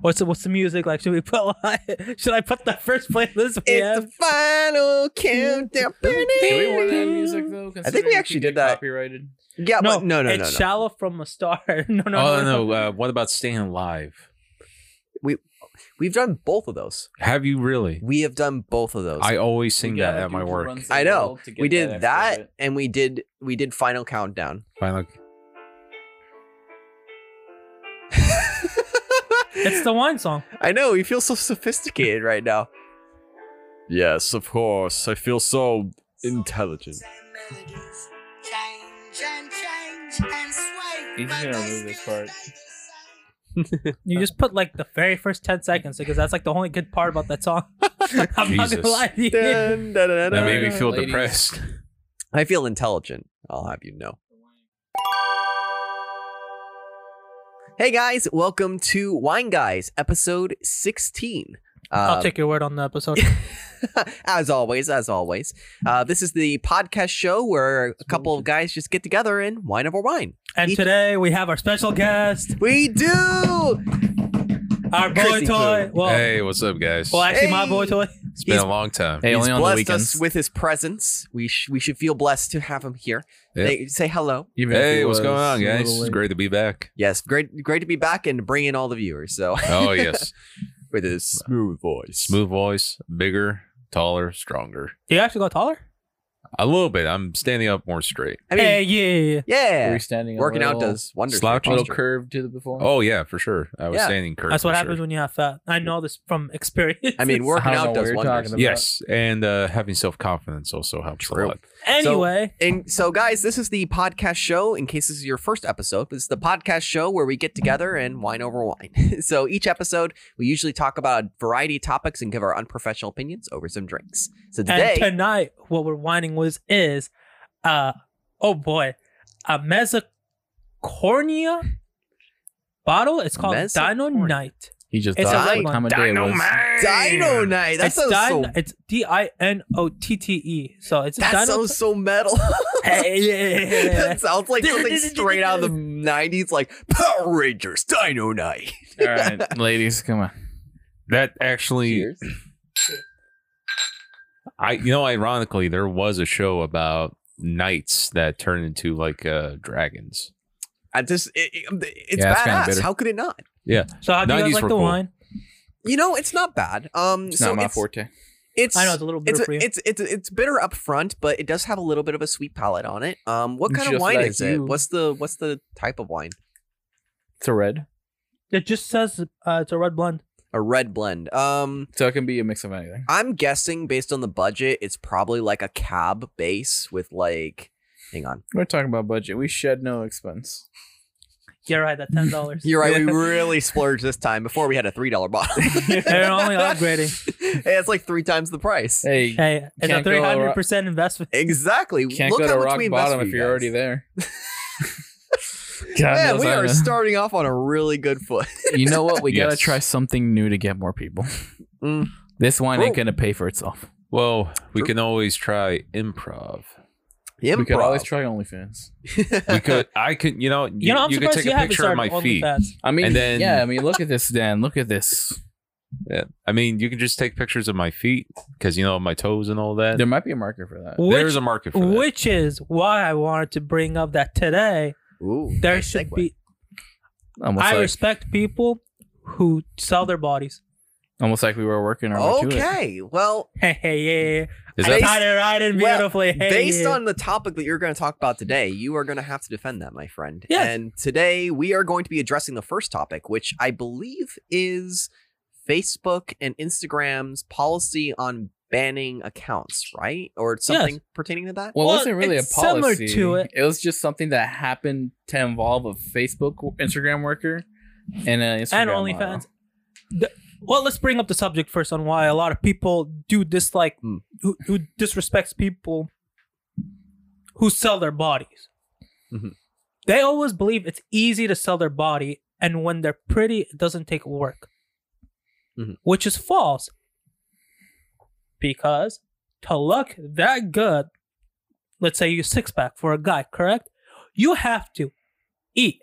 What's the, what's the music like? Should we put? Should I put the first playlist we have? It's the final countdown. Do we want that music though? I think we considering it actually could did get that. Copyrighted. Yeah, no, but no, no, no, It's no. shallow from a star. no, no, oh no! Uh, what about staying alive? We've done both of those. Have you really? We have done both of those. I always We sing gotta that at do my the work. runs of I the know. world to get We did extra that, bit. and we did we did final countdown. Fine, look. It's the wine song. I know. We feel so sophisticated right now. Yes, of course. I feel so intelligent. He's gonna lose this part. You just put like the very first ten seconds because that's like the only good part about that song. I'm not gonna Jesus. lie to you. Dun, dun, dun, That dun, made me dun. feel Ladies. depressed. I feel intelligent. I'll have you know. Hey guys, welcome to Wine Guys, episode sixteen. I'll Um, take your word on the episode. as always, as always, uh, this is the podcast show where a couple of guys just get together and wine over wine. And each- today we have our special guest, We do. our boy Chrissy toy. Poo. Well, hey, what's up, guys? well, actually, my Hey. boy toy. it's been he's- a long time. Hey, He's only on the blessed weekends. us with his presence. We sh- we should feel blessed to have him here. Yeah. They- say hello. Even if Hey, it what's was going on, a guys? little It's late. great to be back. Yes, great great to be back and bring in all the viewers. So Oh yes, with his smooth voice, smooth voice, bigger, taller, stronger. You actually got taller? A little bit. I'm standing up more straight. I mean, hey, yeah, yeah, yeah. yeah, We're standing a working out little- does wonders. for slouch your little posture. curve to the before. Oh yeah, for sure. I was Yeah. standing curved. That's what for happens sure. when you have fat. I know this from experience. I mean, working I don't know out what does you're wonders. talking about. Yes, and uh, having self confidence also helps True. a lot. anyway, And so, guys, this is the podcast show. In case this is your first episode, this is the podcast show where we get together and wine over wine. so each episode, we usually talk about a variety of topics and give our unprofessional opinions over some drinks. So today, and tonight, what we're whining was is, uh, oh boy, a mesocornia bottle. It's called Dino Mesocornia. Night. He just It's a thought red what time of day it was. Dino Night. That it's sounds Dino. so. It's D I N O T T E. So it's That Dino. sounds so metal. Hey, yeah, yeah, yeah, yeah. that sounds like something straight out of the '90s, like Power Rangers Dino Night. All right, ladies, come on. That actually, Cheers. I you know, ironically, there was a show about knights that turned into like uh dragons. I just, it, it- it's Yeah, it's kinda badass. bitter. How could it not? so how do you 90s guys like were the cool. wine? You know, it's not bad. Um, It's so not my it's, forte. it's I know it's a little bit it's, for you. it's it's it's bitter up front, but it does have a little bit of a sweet palate on it. Um, what kind of Just wine like is it? you. What's the what's the type of wine? It's a red, it just says uh, it's a red blend. A red blend. Um, so it can be a mix of anything. I'm guessing based on the budget, it's probably like a cab base with like, hang on, We're talking about budget. We shed no expense. You're right. That ten dollars. you're right. We really splurged this time. Before we had a three dollar bottle. They're only upgrading. Hey, it's like three times the price. Hey, Hey, it's a Can't go three ro- hundred percent investment. Exactly. can't Look go how to much rock we invest bottom for if you you're already guys. there. God Man, knows we I are know. starting off on a really good foot. you know what? We gotta Yes. try something new to get more people. Mm. This wine ain't Cool. gonna pay for itself. Well, we True. can always try improv. Improv. We could always try OnlyFans. We could, I could, you know, you, You know, I'm you could surprised take you a haven't picture of started my feet. OnlyFans. I mean, And then- yeah, I mean, look at this, Dan. Look at this. Yeah. I mean, you can just take pictures of my feet because you know my toes and all that. There might be a market for that. Which, There's a market for that. which is why I wanted to bring up that today Ooh, there nice should segue. be. Almost I like, respect people who sell their bodies. almost like we were working our way to it. Okay. Well, Hey, hey, yeah, yeah. Is I that- tied it right in well, beautifully. Hey, uh, based yeah. on the topic that you're going to talk about today, you are going to have to defend that, my friend. Yes. And today we are going to be addressing the first topic, which I believe is Facebook and Instagram's policy on banning accounts, right? Or something pertaining to that? Well, Well, it wasn't really a it's similar policy. to it. was just something that happened to involve a Facebook w- Instagram worker and an Instagram and OnlyFans. model. The- well, let's bring up the subject first on why a lot of people do dislike Hmm. who, who disrespects people who sell their bodies. Mhm. They always believe it's easy to sell their body, and when they're pretty, it doesn't take work, Mhm. which is false. Because to look that good, let's say you six pack for a guy, correct? You have to eat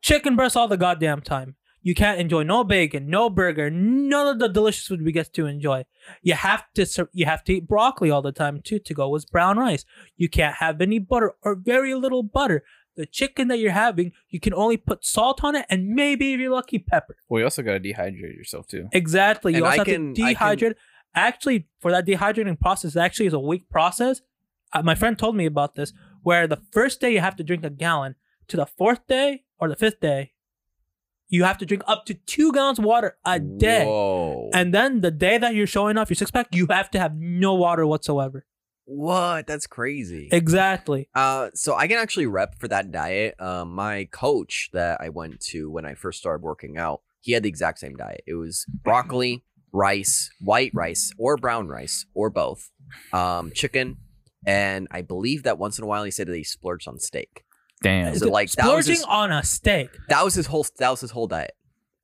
chicken breast all the goddamn time. You can't enjoy no bacon, no burger, none of the delicious food we get to enjoy. You have to ser- you have to eat broccoli all the time too to go with brown rice. You can't have any butter or very little butter. The chicken that you're having, you can only put salt on it and maybe if you're lucky, pepper. Well, you also gotta dehydrate yourself too. Exactly. You And also I have can- to I can- dehydrate. Actually, for that dehydrating process, it actually is a weak process. Uh, my friend told me about this, where the first day you have to drink a gallon, to the fourth day or the fifth day, you have to drink up to two gallons of water a day. Whoa. And then the day that you're showing off your six pack, you have to have no water whatsoever. what? That's crazy. Exactly. Uh, so I can actually rep for that diet. Uh, my coach that I went to when I first started working out, he had the exact same diet. It was broccoli, rice, white rice, or brown rice, or both, um, chicken, and I believe that once in a while he said that he splurged on steak. Damn. So, like, that was splurging just- on a steak. That was his whole. That was his whole diet.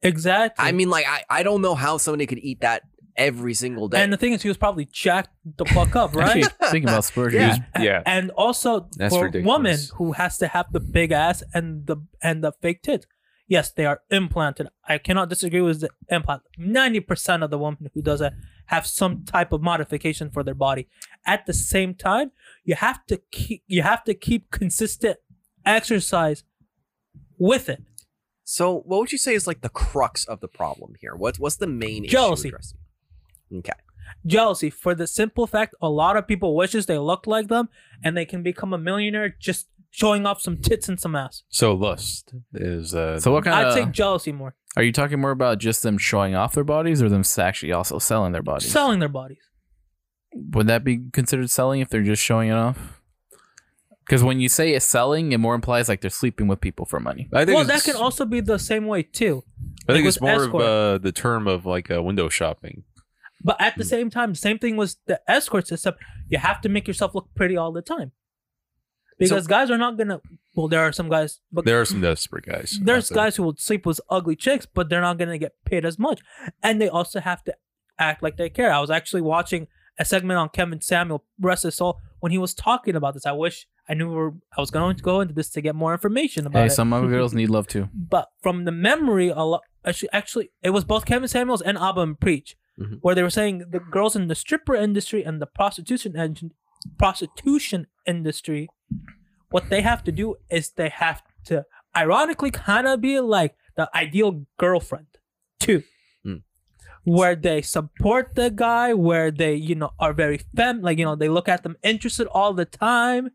Exactly. I mean, like I, I don't know how somebody could eat that every single day. and the thing is, he was probably jacked the fuck up, right? Actually, thinking about splurge. Yeah. Yeah. A- yeah. And also That's for a ridiculous. woman who has to have the big ass and the and the fake tits. Yes, they are implanted. I cannot disagree with the implant. Ninety percent of the women who does that have some type of modification for their body. At the same time, you have to keep you have to keep consistent exercise with it. so, what would you say is like the crux of the problem here? What's what's the main issue Jealousy. addressing? Okay. Jealousy for the simple fact a lot of people wishes they looked like them and they can become a millionaire just showing off some tits and some ass. So lust is uh So what kind I'd of say jealousy more. are you talking more about just them showing off their bodies or them s- actually also selling their bodies? Selling their bodies. Would that be considered selling if they're just showing it off? Because when you say it's selling, it more implies like they're sleeping with people for money. I think Well, that it's- can also be the same way too. I think it it's was more escort. of uh, the term of like uh, window shopping. But at the Hmm. same time, same thing with the escort system. You have to make yourself look pretty all the time, because guys are not gonna. Well, there are some guys, but There are some desperate guys. there's out there. guys who will sleep with ugly chicks, but they're not gonna get paid as much, and they also have to act like they care. I was actually watching a segment on Kevin Samuel, rest his soul, when he was talking about this. I wish I knew we were, I was going to go into this to get more information about Hey, it. some other girls need love too. but from the memory, a lot actually, actually, it was both Kevin Samuels and Abba and Preach, Mhm. where they were saying the girls in the stripper industry and the prostitution engine, prostitution industry, what they have to do is they have to, ironically, kind of be like the ideal girlfriend, too. Mm. Where they support the guy, where they, you know, are very fem, like you know, they look at them interested all the time,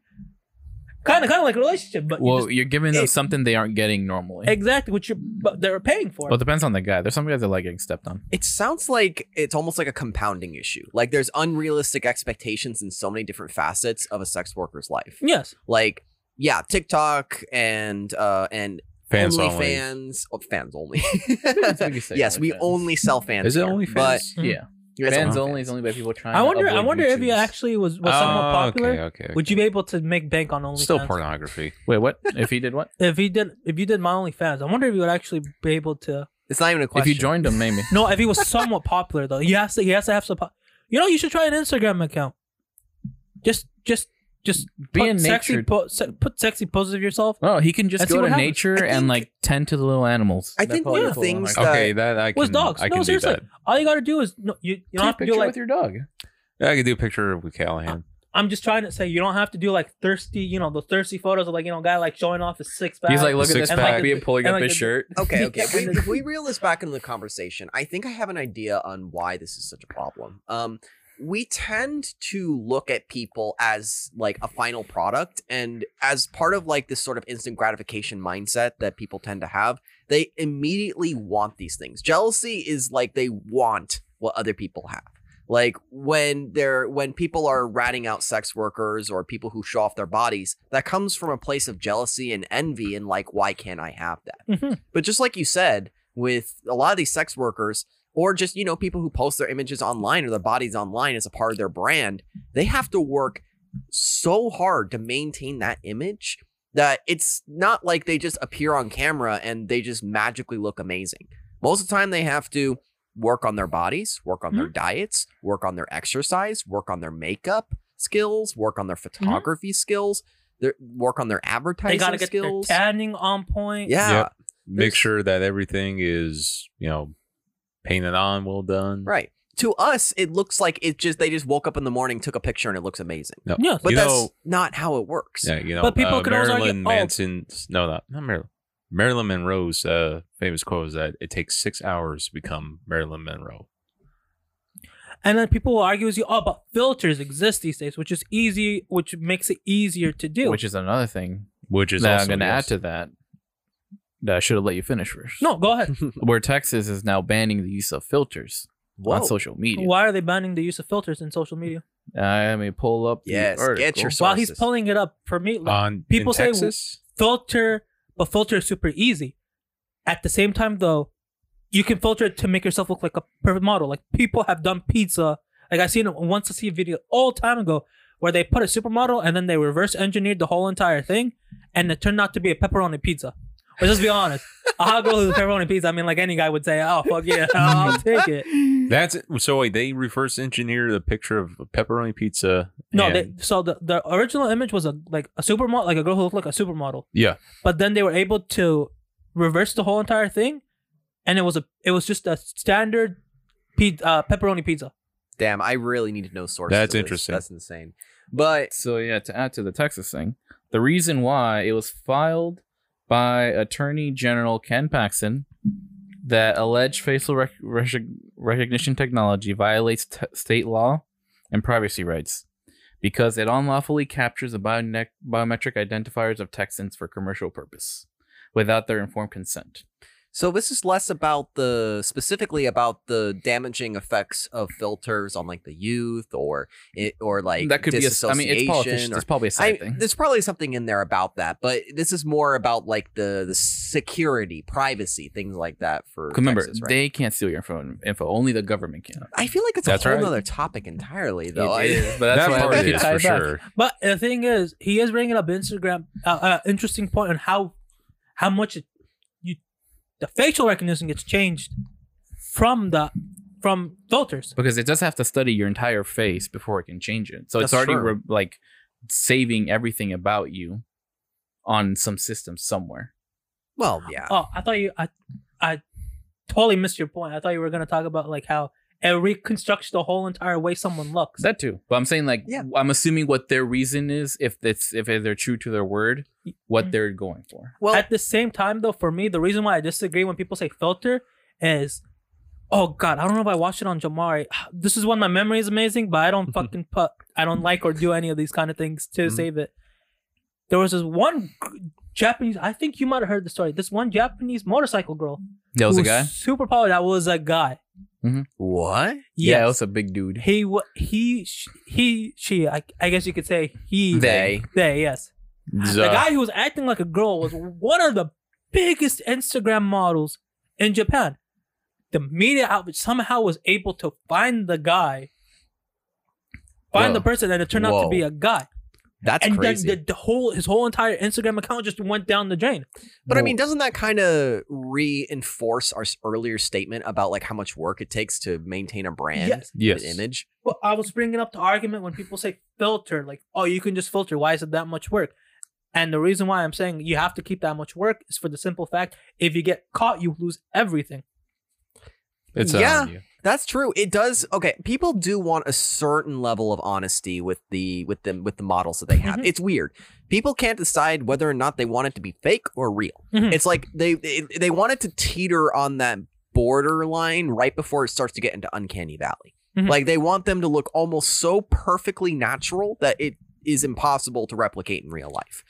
kind of, kind of like a relationship. But you Well, just- you're giving them it- something they aren't getting normally. Exactly, which you're, but they're paying for. Well, it depends on the guy. There's some guys that like getting stepped on. It sounds like it's almost like a compounding issue. Like there's unrealistic expectations in so many different facets of a sex worker's life. yes, Like, yeah, TikTok and uh and fans only only. fans, oh, fans only. could say yes, we OnlyFans. only sell fans. Is it here, only But fans? Mhm. Yeah, Yes, fans only is only by people trying. I to wonder. I upload wonder if you YouTubes. actually was Ah, was somewhat Oh, popular. Okay, okay. Would you be able to make bank on OnlyFans? Still pornography. wait. What if he did what? If he did, if you did my OnlyFans, I wonder if you would actually be able to. It's not even a If question. you joined him, maybe. No, if he was somewhat popular though, he has to. He has to have some. Po- you know, you should try an Instagram account. Just, just, just Be put in sexy nature. po- se- put sexy poses of yourself. No, he can just Let's see go what to happens. nature I think- and like tend to the little animals. I That think probably one is of the a little things hard. that- Okay, that I can. With dogs, I no, can do seriously. that. All you gotta do is no, you. You don't Take a have to do picture like with your dog. I could do a picture with Callahan. I'm just trying to say you don't have to do like thirsty. You know, the thirsty photos of like you know guy like showing off his six pack. He's like, look at Six this pack. pack. Be pulling And up like his the- shirt. Okay, okay. If we, Yeah. if we reel this back into the conversation, I think I have an idea on why this is such a problem. Um, we tend to look at people as like a final product, and as part of like this sort of instant gratification mindset that people tend to have, they immediately want these things. Jealousy is like they want what other people have. Like when they're when people are ratting out sex workers or people who show off their bodies, that comes from a place of jealousy and envy and like why can't I have that? Mhm. But just like you said, with a lot of these sex workers, or just, you know, people who post their images online or their bodies online as a part of their brand, they have to work so hard to maintain that image that it's not like they just appear on camera and they just magically look amazing. Most of the time, they have to work on their bodies, work on their Mm-hmm. diets, work on their exercise, work on their makeup skills, work on their photography skills, their, work on their advertising Mm-hmm. They gotta get skills. their tanning on point. Yeah. Yep. make sure that everything is you know painted on, well done. Right. To us, it looks like it just they just woke up in the morning, took a picture, and it looks amazing. No. Yeah. But you that's know, not how it works. yeah, you know, But people uh, could always argue, Marilyn oh- Manson's no, not not Marilyn. Marilyn Monroe's uh, famous quote is that it takes six hours to become Marilyn Monroe. And then people will argue with you, oh, but filters exist these days, which is easy, which makes it easier to do. which is another thing Which is that also, I'm going to yes. add to that. That I should have let you finish first. no, go ahead. where Texas is now banning the use of filters Whoa. on social media. Why are they banning the use of filters in social media? Uh, I may pull up. the Yes, get your article. While he's Sources. pulling it up for me, like, on People in say- Texas. filter, but filter is super easy. At the same time, though, you can filter it to make yourself look like a perfect model. Like people have done pizza. Like I seen once I see a video all time ago where they put a supermodel and then they reverse engineered the whole entire thing, and it turned out to be a pepperoni pizza. But just be honest, I'll go with pepperoni pizza. I mean, like any guy would say, "Oh fuck yeah, I'll take it." That's so. Wait, they reverse engineered a picture of a pepperoni pizza. No, and- they, so the, the original image was a like a supermodel, like a girl who looked like a supermodel. Yeah. But then they were able to reverse the whole entire thing, and it was a it was just a standard pe- uh, pepperoni pizza. Damn, I really need to know sources. That's of this. interesting. That's insane. But So yeah, to add to the Texas thing, the reason why it was filed by Attorney General Ken Paxton that alleged facial rec- rec- recognition technology violates t- state law and privacy rights because it unlawfully captures the bione- biometric identifiers of Texans for commercial purpose without their informed consent. So this is less about the specifically about the damaging effects of filters on like the youth or it or like that could be a, s- I mean, it's politics. disassociation or- it's probably a I- side thing. there's probably something in there about that, but this is more about like the the security, privacy, things like that. For Remember, Texas, right? they can't steal your info. Info only the government can. I feel like it's That's a whole right. other topic entirely, It though. I- is, but that's that why I part like to is tie for it back. sure. But the thing is, he is bringing up Instagram uh, uh, interesting point on how how much it, you the facial recognition gets changed from the from filters. because it does have to study your entire face before it can change it. So it's That's already true. re- like saving everything about you on some system somewhere. well, yeah, Oh, I thought you. I, I totally missed your point. I thought you were gonna talk about like how it reconstructs the whole entire way someone looks. That too. But I'm saying like Yeah. I'm assuming what their reason is if it's if they're true to their word, what Mm. Mhm. they're going for. well, At the same time, though, for me, the reason why I disagree when people say filter is, oh god, I don't know if I watched it on Jamari. This is when my memory is amazing, but I don't fucking put, I don't like or do any of these kind of things to Mhm. Mm-hmm. save it. There was this one g- Japanese. I think you might have heard the story. This one Japanese motorcycle girl. That was who a guy. Super powered. That was a guy. what? Yeah, that Yes. was a big dude. he wa- he sh- he she I, I guess you could say he They. they yes the Zuh. guy who was acting like a girl was one of the biggest instagram models in japan the media outlet somehow was able to find the guy find Whoa. the person and it turned out to Whoa. be a guy That's and then crazy. the, the whole his whole entire instagram account just went down the drain But I mean, doesn't that kind of reinforce our s- earlier statement about like how much work it takes to maintain a brand, Yes. Yes. an image? Well, I was bringing up the argument when people say filter, like, oh, you can just filter. Why is it that much work? And the reason why I'm saying you have to keep that much work is for the simple fact if you get caught, you lose everything. It's Yeah. on you. That's true. It does. Okay, people do want a certain level of honesty with the with them with the models that they have. Mhm. It's weird. People can't decide whether or not they want it to be fake or real. Mhm. It's like they they, they want it to teeter on that borderline right before it starts to get into uncanny valley. Mhm. Like they want them to look almost so perfectly natural that it is impossible to replicate in real life.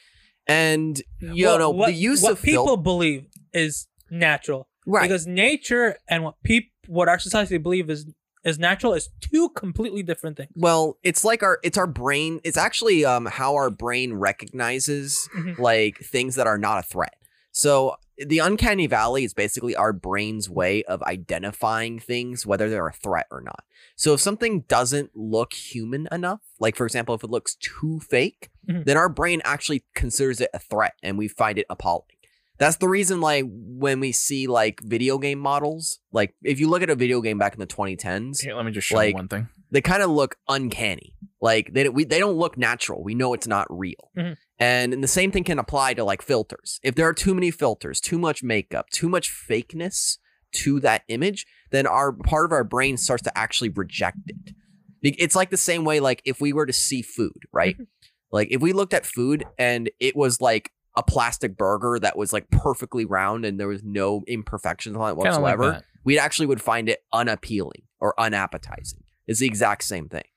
And you Well, know what, the use what of people fil- believe is natural right. because nature and what peop what our society believe is is natural is two completely different things. Well, it's like our it's our brain. It's actually um how our brain recognizes Mhm. like things that are not a threat. So the uncanny valley is basically our brain's way of identifying things whether they're a threat or not. So if something doesn't look human enough, like for example, if it looks too fake, Mhm. then our brain actually considers it a threat and we find it appalling. That's the reason like when we see like video game models, like if you look at a video game back in the 2010s, Here, let me just show Like- you one thing. they kind of look uncanny. Like they don't- we, they don't look natural. We know it's not real. Mm-hmm. Mhm. And, and the same thing can apply to like filters. If there are too many filters, too much makeup, too much fakeness to that image, then our part of our brain starts to actually reject it. Be- It's like the same way, like if we were to see food, right? Mm-hmm. like if we looked at food and it was like a plastic burger that was like perfectly round and there was no imperfections on it Kinda like whatsoever, that. we actually would find it unappealing or unappetizing. It's the exact same thing.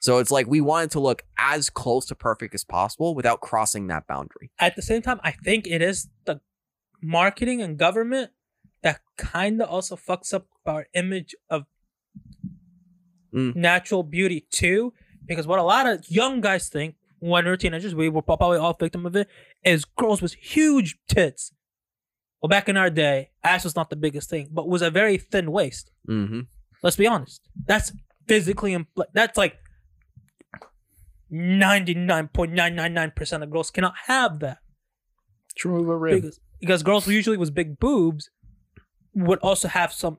So it's like we wanted to look as close to perfect as possible without crossing that boundary. At the same time, I think it is the marketing and government that kind of also fucks up our image of Mm. natural beauty too. Because what a lot of young guys think when we we're teenagers, we were probably all victim of it, is girls with huge tits. Well, back in our day, ass was not the biggest thing, but was a very thin waist. Mm-hmm. Let's be honest. That's physically impl- that's like 99.999% of girls cannot have that. Just remove a rib. Because, because girls who usually with big boobs would also have some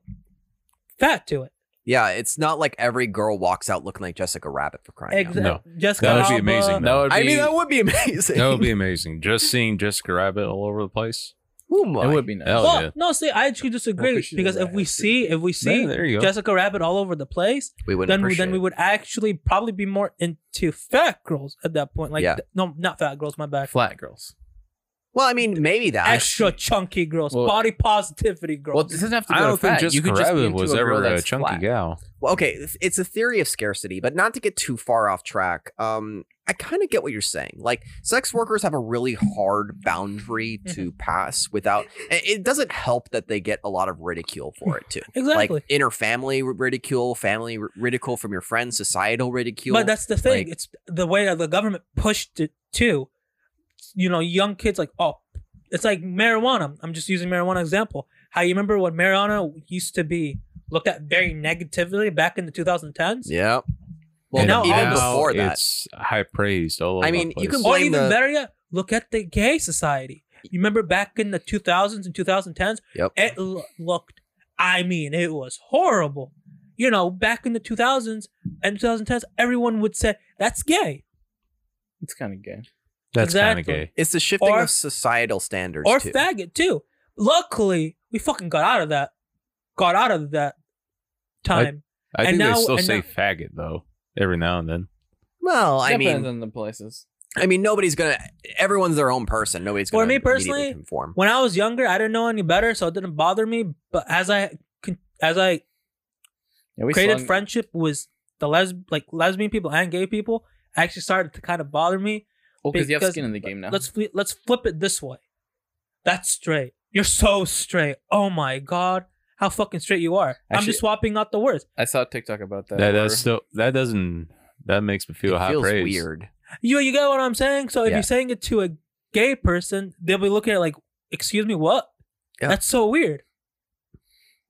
fat to it. Yeah, it's not like every girl walks out looking like Jessica Rabbit for crying out. Exactly. No. Jessica That would be Alba, amazing, That would be. I mean, that would be amazing. That would be amazing. Just seeing Jessica Rabbit all over the place. Oh it my. would be nice. Hell well, yeah. no, see, I actually disagree Well, 'cause she's because a if we rat. see if we see Yeah, there you go. Jessica Rabbit all over the place, we wouldn't then we, appreciate then we it. would actually probably be more into fat girls at that point. Like Yeah. th- no, not fat girls. My bad. Flat girls. Well, I mean, maybe that. extra chunky girls, Well- body positivity girls. Well, it doesn't have to go I to don't think fat. You Jessica could just be Rabbit into was a girl ever a that's chunky flat. gal. Well, okay, it's- it's a theory of scarcity, but not to get too far off track. Um, I kind of get what you're saying. Like, sex Mm-hmm. workers have a really hard boundary to pass without. and It doesn't help that they get a lot of ridicule for it too. exactly. Like inner family ridicule, family r- ridicule from your friends, societal ridicule. but that's the thing. like- it's the way that the government pushed it too. You know, young kids like, oh, it's like marijuana. I'm just using marijuana example. How you remember when marijuana used to be looked at very negatively back in the 2010s? yeah. Well, And no, now even all the- before that, it's high praised all over I mean, the you place. can Or blame even the- better yet, look at the gay society. You remember back in the 2000s and 2010s? Yep. It lo- looked, I mean, it was horrible. You know, back in the 2000s and 2010s, everyone would say, that's gay. It's kind of gay. That's kind of Exactly. gay. it's the shifting or- of societal standards Or too. faggot, too. Luckily, we fucking got out of that. Got out of that time. I And think now- they still and say now- faggot though every now and then. well, I Depends mean, on the places. I mean, nobody's gonna. Everyone's their own person. Nobody's For gonna. me immediately personally, conform. when I was younger, I didn't know any better, so it didn't bother me. But as I con- as I Yeah, we created slung- friendship with the les like lesbian people and gay people actually started to kind of bother me. Oh, because you have because- skin in the game now. Let's fli let's flip it this way. That's straight. You're so straight. Oh my god, how fucking straight you are. I'm Actually- just swapping out the words. I saw a TikTok about that. That where- that's still that doesn't that makes me feel it high feels praise. weird. You you get what I'm saying? So if Yeah. you're saying it to a gay person, they'll be looking at it like, excuse me, what? Yeah. That's so weird.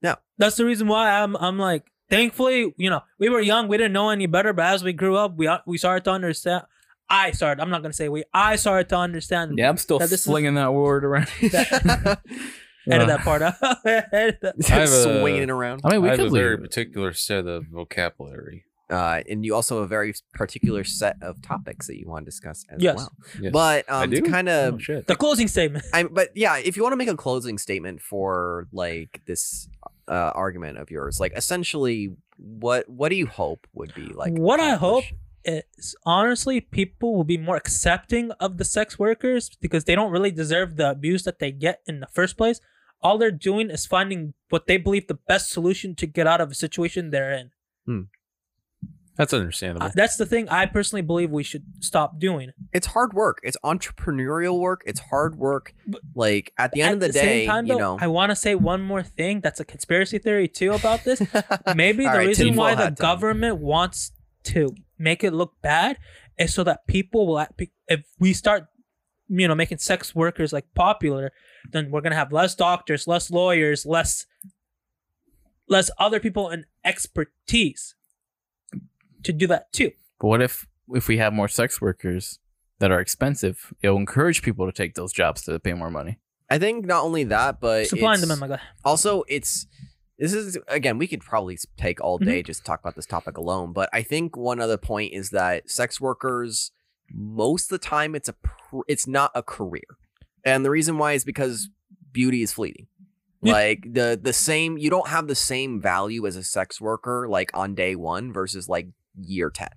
No. That's the reason why I'm I'm like thankfully, you know, we were young, we didn't know any better, but as we grew up, we we started to understand I started, I'm not gonna say we I started to understand Yeah, I'm still That this is- slinging that word around. edit Uh, that part out. Edit that- I have a- swinging it around. I mean, I we have a could very leave. it. particular set of vocabulary. Uh, and you also have a very particular set of topics that you want to discuss as Yes. well. Yes. But I um, do? to kind Oh, of, shit. the closing statement. I but yeah, if you want to make a closing statement for like this uh, argument of yours, like essentially, what what do you hope would be like? What I hope accomplished? is honestly people will be more accepting of the sex workers because they don't really deserve the abuse that they get in the first place. All they're doing is finding what they believe the best solution to get out of a situation they're in. That's Uh, understandable. that's the thing I personally believe we should stop doing. it's hard work. It's entrepreneurial work. It's hard work. But- Like at the end At of the, day, you know. I want to say one more thing that's a conspiracy theory too about this. Maybe All the right, reason tinfoil why the hat time. government wants to make it look bad is so that people will act, if we start you know making sex workers like popular then we're going to have less doctors less lawyers less less other people in expertise to do that too But what if if we have more sex workers that are expensive? It'll encourage people to take those jobs to pay more money. I think not only that, but supply and Uh, it's- demand like that also it's this is again we could probably s- Mm-hmm. take all day just talk about this topic alone but i think one other point is that sex workers most of the time it's a pr- it's not a career and the reason why is because beauty is fleeting Yeah. like the the same you don't have the same value as a sex worker like on day one versus like year 10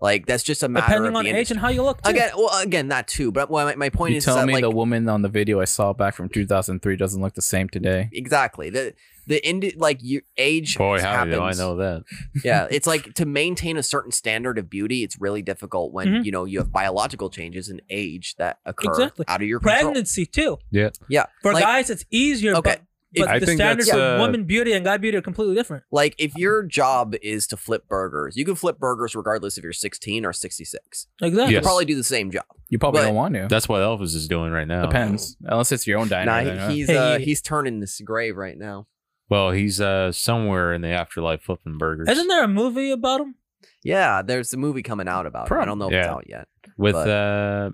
like that's just a matter depending of on the age industry. and how you look. Too. again well again that too but well, my, my point you is tell that, me like, the woman on the video I saw back from 2003 doesn't look the same today. exactly the the end like you age Boy, how happens. do I Oh, know that? yeah it's like to maintain a certain standard of beauty it's really difficult when Mm-hmm. Mhm. you know you have biological changes in age that occur Exactly. out of your control pregnancy too. Yeah. Yeah. For Like- guys, it's easier. Okay. But, but I the think standards that's, for uh, woman beauty and guy beauty are completely different. like if your job is to flip burgers you can flip burgers regardless if you're 16 or 66 Exactly. you Yes. probably do the same job You probably But- don't want to. That's what Elvis is doing right now. Depends, unless it's your own diner. nah, then, huh? he- he's Hey, uh, you- he's turning this grave right now Well, he's uh somewhere in the afterlife flipping burgers. Isn't there a movie about him? yeah there's a movie coming out about it i don't know if it's Yeah. out yet with but- uh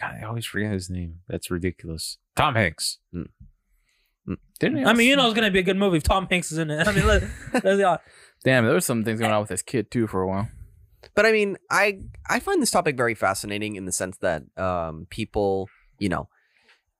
God, I always forget his name. That's ridiculous. Tom Hanks. Didn't he I mean, also- you know, it's gonna be a good movie if Tom Hanks is in it. I mean, let, let's be honest. Damn, there was some things going on with this kid too for a while. but I mean, I I find this topic very fascinating in the sense that um, people, you know,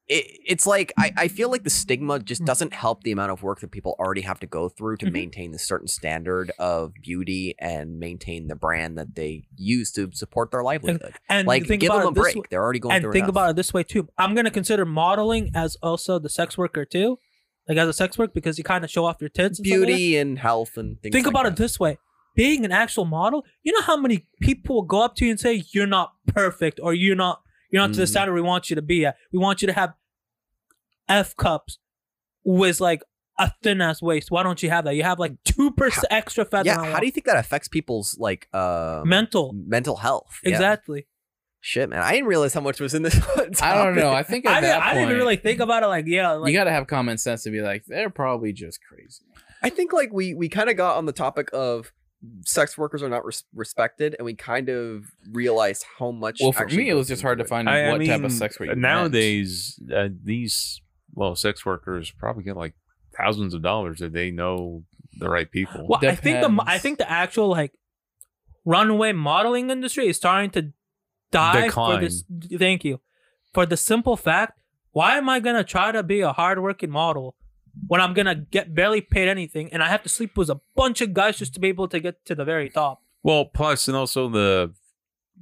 it, it's like I, I feel like the stigma Mm. just doesn't help the amount of work that people already have to go through to Mhm. maintain this certain standard of beauty and maintain the brand that they use to support their livelihood. and like, think give about them a it this break; way- they're already going and through think enough. about it this way too. I'm gonna consider modeling as also the sex worker too, like as a sex work because you kind of show off your tits. and stuff like that. beauty and health and things. Think like about that. it this way: being an actual model, you know how many people will go up to you and say, "You're not perfect," or "You're not you're not to the Mhm. standard we want you to be at. We want you to have F cups with like a thin ass waist. Why don't you have that? You have like two percent extra fat. Yeah, how do you think that affects people's like uh, mental? mental health? Yeah. Exactly. Shit, man, I didn't realize how much was in this. I don't know. I topic. think at I, that didn't, I didn't point, really think about it. Like, yeah, like you got to have common sense to be like, they're probably just crazy. I think like we we kind of got on the topic of sex workers are not res- respected, and we kind of realized how much. Well, for actually me, it goes was just hard to into it. find I- I what type mean, of sex work. you meant. nowadays uh, these well sex workers probably get like thousands of dollars if they know the right people Well, I think the mo- I Depends. think the actual like runway modeling industry is starting to die for Decline. this. Thank you for the simple fact. Why am I gonna try to be a hardworking model when I'm gonna get barely paid anything and I have to sleep with a bunch of guys just to be able to get to the very top? well plus and also the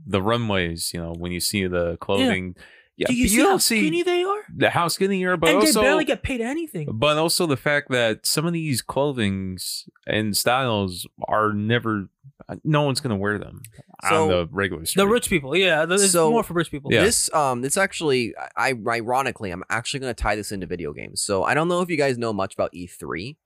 the runways you know when you see the clothing yeah, Do you, but see how skinny they are? the how skinny you're but and also they barely get paid anything. but also the fact that some of these clothings and styles are never no one's gonna wear them So, on the regular street. The rich people, yeah, th- it's So- more for rich people. Yeah. This um, this actually, I I- ironically, I'm actually going to tie this into video games. So I don't know if you guys know much about E3,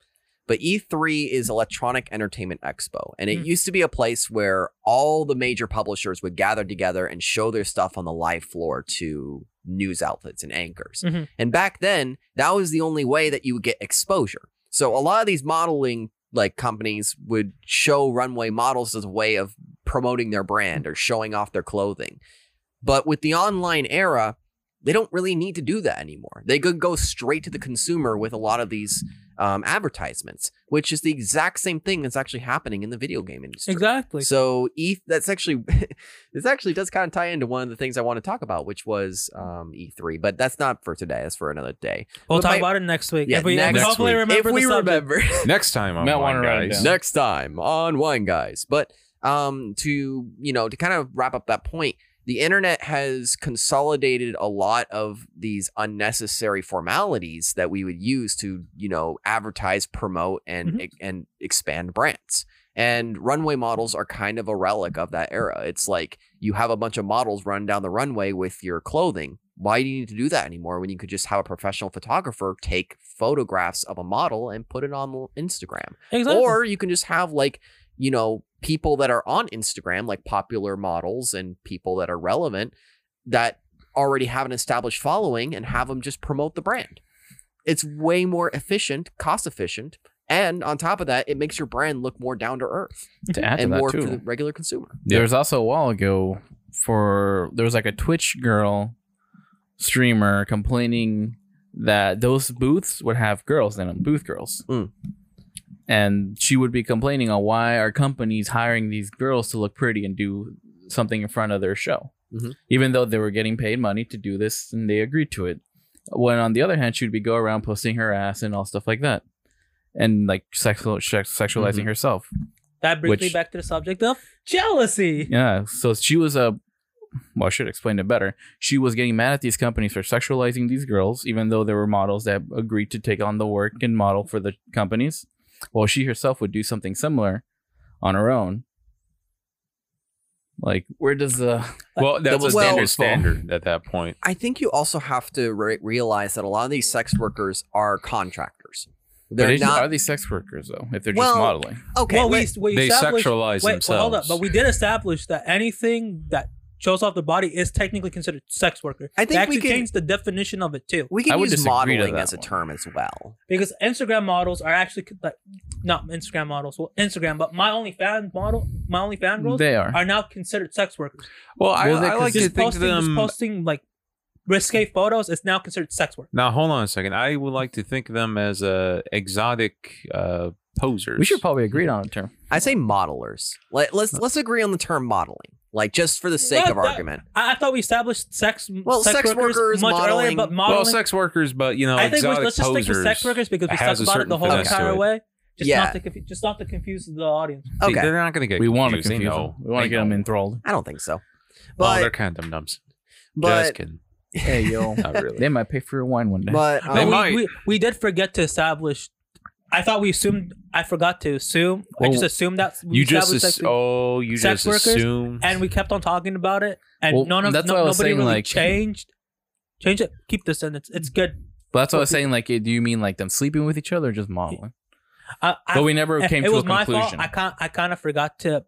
but E3 is Electronic Entertainment Expo, and it Mm. used to be a place where all the major publishers would gather together and show their stuff on the live floor to news outlets and anchors. Mhm. And back then, that was the only way that you would get exposure. So a lot of these modeling like companies would show runway models as a way of promoting their brand or showing off their clothing. But with the online era, they don't really need to do that anymore. They could go straight to the consumer with a lot of these um, advertisements, which is the exact same thing that's actually happening in the video game industry. exactly. So E, that's actually this actually does kind of tie into one of the things I want to talk about, which was um, E3. But that's not for today. That's for another day. We'll but talk my- about it next week. Yeah, if we, if we next hopefully week. remember if we the subject. remember next time on Might Wine wanna write it guys down. next time on Wine Guys. But um, to you know, to kind of wrap up that point, the internet has consolidated a lot of these unnecessary formalities that we would use to you know advertise, promote, and e, and expand brands. And runway models are kind of a relic of that era. It's like you have a bunch of models run down the runway with your clothing. Why do you need to do that anymore when you could just have a professional photographer take photographs of a model and put it on Instagram? exactly. Or you can just have like, you know, people that are on Instagram, like popular models and people that are relevant that already have an established following and have them just promote the brand. It's way more efficient, cost efficient. And on top of that, it makes your brand look more down to earth to add to and that more too, for the regular consumer. Yeah. There was also a while ago for there was like a Twitch girl streamer complaining that those booths would have girls in them, booth girls. Mm. And she would be complaining on why are companies hiring these girls to look pretty and do something in front of their show, Mhm. even though they were getting paid money to do this and they agreed to it. When on the other hand, she'd be go around posting her ass and all stuff like that, and like sexual sex- sexualizing herself. That brings me Which- back to the subject of jealousy. Yeah, so she was a. Well, I should explain it better. She was getting mad at these companies for sexualizing these girls, even though there were models that agreed to take on the work and model for the companies. Well, she herself would do something similar on her own. Like, where does the Well, that's Double a standard. standard standard at that point. I think you also have to re- realize that a lot of these sex workers are contractors. But They're is- Are not they sex workers though? If they're Well, just modeling, okay. well, wait, we, we They established- sexualize wait, themselves. well, hold up, but we did establish that anything that shows off the body is technically considered sex worker. I they think we actually can- changed the definition of it too, we I can would use disagree to modeling that as a one. term as well. because Instagram models are actually co- like not Instagram models, well Instagram, but my OnlyFans model, my OnlyFans girls they are. are now considered sex workers. Well, I, Well, they I like to just think posting, of them. just posting like risque photos is now considered sex work. Now, hold on a second. I would like to think of them as uh, exotic uh, posers. We should probably agree on a term. I say modelers. Let, let's let's agree on the term modeling, like just for the sake Well, of that- argument. I, I thought we established sex Well, sex, sex workers, workers, much earlier, modeling- but modeling. well, sex workers, but you know, I think we, exotic let's just stick posers. with sex workers because we talked has a about it certain the whole finesse to entire it. way. Just Yeah. not to confu- just not to confuse the audience. They- Okay, They're not going to get We want to confused. They confuse them. know. We want They to get know. them enthralled. I don't think so. oh, they're But kind of dumps. just but kidding. Hey yo, Not really. they might pay for your wine one day. but They we, um, might. We, we did forget to establish. I thought we assumed. I forgot to assume. I Well, just assumed that we you just oh. established as- sex- oh, you sex just workers, assume. and we kept on talking about it, and Well, none of that's no- why I was nobody saying, really like- changed. Change it. Keep this in. It's it's good. But that's what I was saying. Like, do you mean like them sleeping with each other, or just modeling? I, I, But we never it- came it to a was my fault. conclusion. I can't. I kind of forgot to.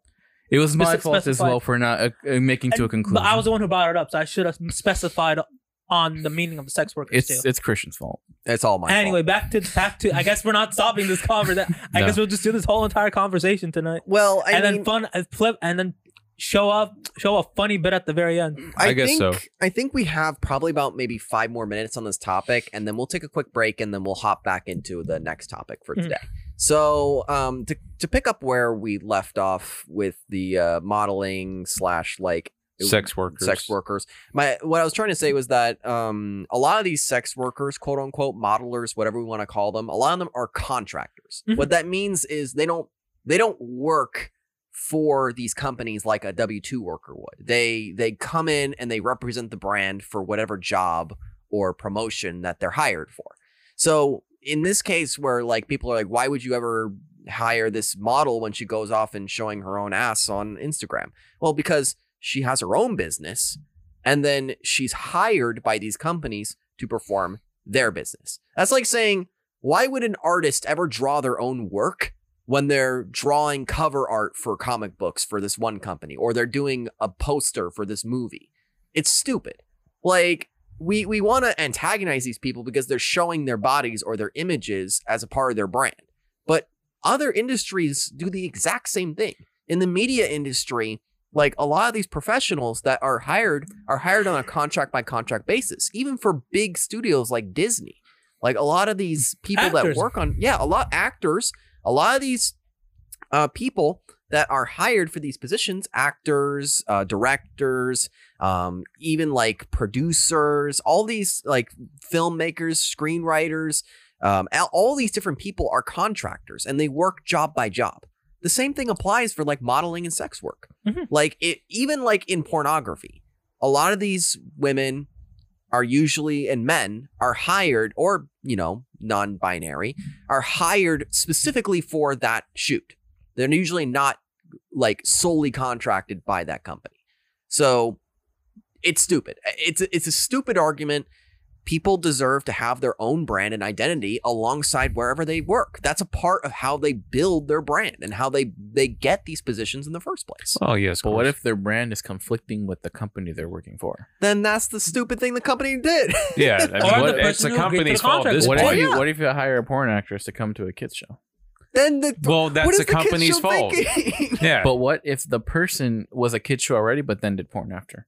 It was my Speci- fault as well specified. for not uh, uh, making to a and- conclusion. But I was the one who brought it up, so I should have specified on the meaning of the sex workers it's too. it's Christian's fault. it's all my anyway, fault. back to back to. I guess we're not stopping this conversation. I No. guess we'll just do this whole entire conversation tonight, Well, I and mean, then fun and flip, and then show off show a funny bit at the very end. I guess think, so. I think we have probably about maybe five more minutes on this topic, and then we'll take a quick break, and then we'll hop back into the next topic for Mhm. today. So, um, to to pick up where we left off with the uh, modeling slash like sex workers. sex workers. My what I was trying to say was that um, a lot of these sex workers, quote unquote, modelers, whatever we want to call them, a lot of them are contractors. Mhm. What that means is they don't they don't work for these companies like a W two worker would. They they come in and they represent the brand for whatever job or promotion that they're hired for. So in this case, where like people are like, why would you ever hire this model when she goes off and showing her own ass on Instagram? Well, because she has her own business and then she's hired by these companies to perform their business. That's like saying, why would an artist ever draw their own work when they're drawing cover art for comic books for this one company or they're doing a poster for this movie? It's stupid. Like, we, we want to antagonize these people because they're showing their bodies or their images as a part of their brand. But other industries do the exact same thing. In the media industry, like a lot of these professionals that are hired are hired on a contract by contract basis even for big studios like disney like a lot of these people Actors. that work on yeah a lot actors a lot of these uh, people that are hired for these positions actors uh, directors um, even like producers all these like filmmakers screenwriters um, all- all these different people are contractors and they work job by job the same thing applies for like modeling and sex work like it even like in pornography a lot of these women are usually and men are hired or you know non-binary are hired specifically for that shoot they're usually not like solely contracted by that company so it's stupid it's it's a stupid argument people deserve to have their own brand and identity alongside wherever they work that's a part of how they build their brand and how they they get these positions in the first place Oh yes. of But what course. if their brand is conflicting with the company they're working for? then that's the stupid thing the company did. Yeah, I mean, Or what, the it's person the who agreed to company's the fault. at contract. This What Oh, if point. you yeah. what if you hire a porn actress to come to a kids show? then the Well, what that's is the kid company's show fault. thinking? Yeah. But what if the person was a kids show already, but then did porn after,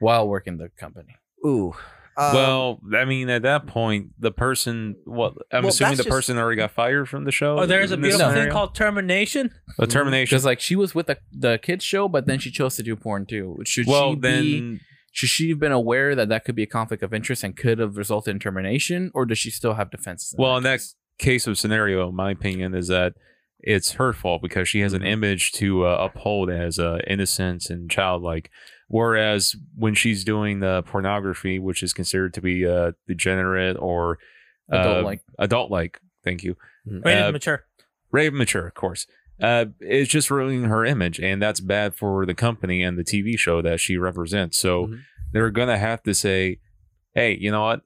while working the company? Ooh, uh, Um, well, I mean, at that point, the person, well, I'm Well, assuming that's the just- person already got fired from the show. Oh, there's a in this beautiful thing scenario? called termination. a termination. Because like she was with the the kids show, but then she chose to do porn too. Should Well, she be, then should she have been aware that that could be a conflict of interest and could have resulted in termination, or does she still have defenses? in Well, that in that case? case of scenario, my opinion is that it's her fault because she has Mm-hmm. an image to uh, uphold as uh, innocence and childlike. Whereas when she's doing the pornography, which is considered to be uh, degenerate or uh, Adult-like. Mm-hmm. adult-like, thank you, Rated Uh, mature. rape mature, of course. Uh, it's just ruining her image, and that's bad for the company and the TV show that she represents. So Mhm. they're gonna have to say, "Hey, you know what?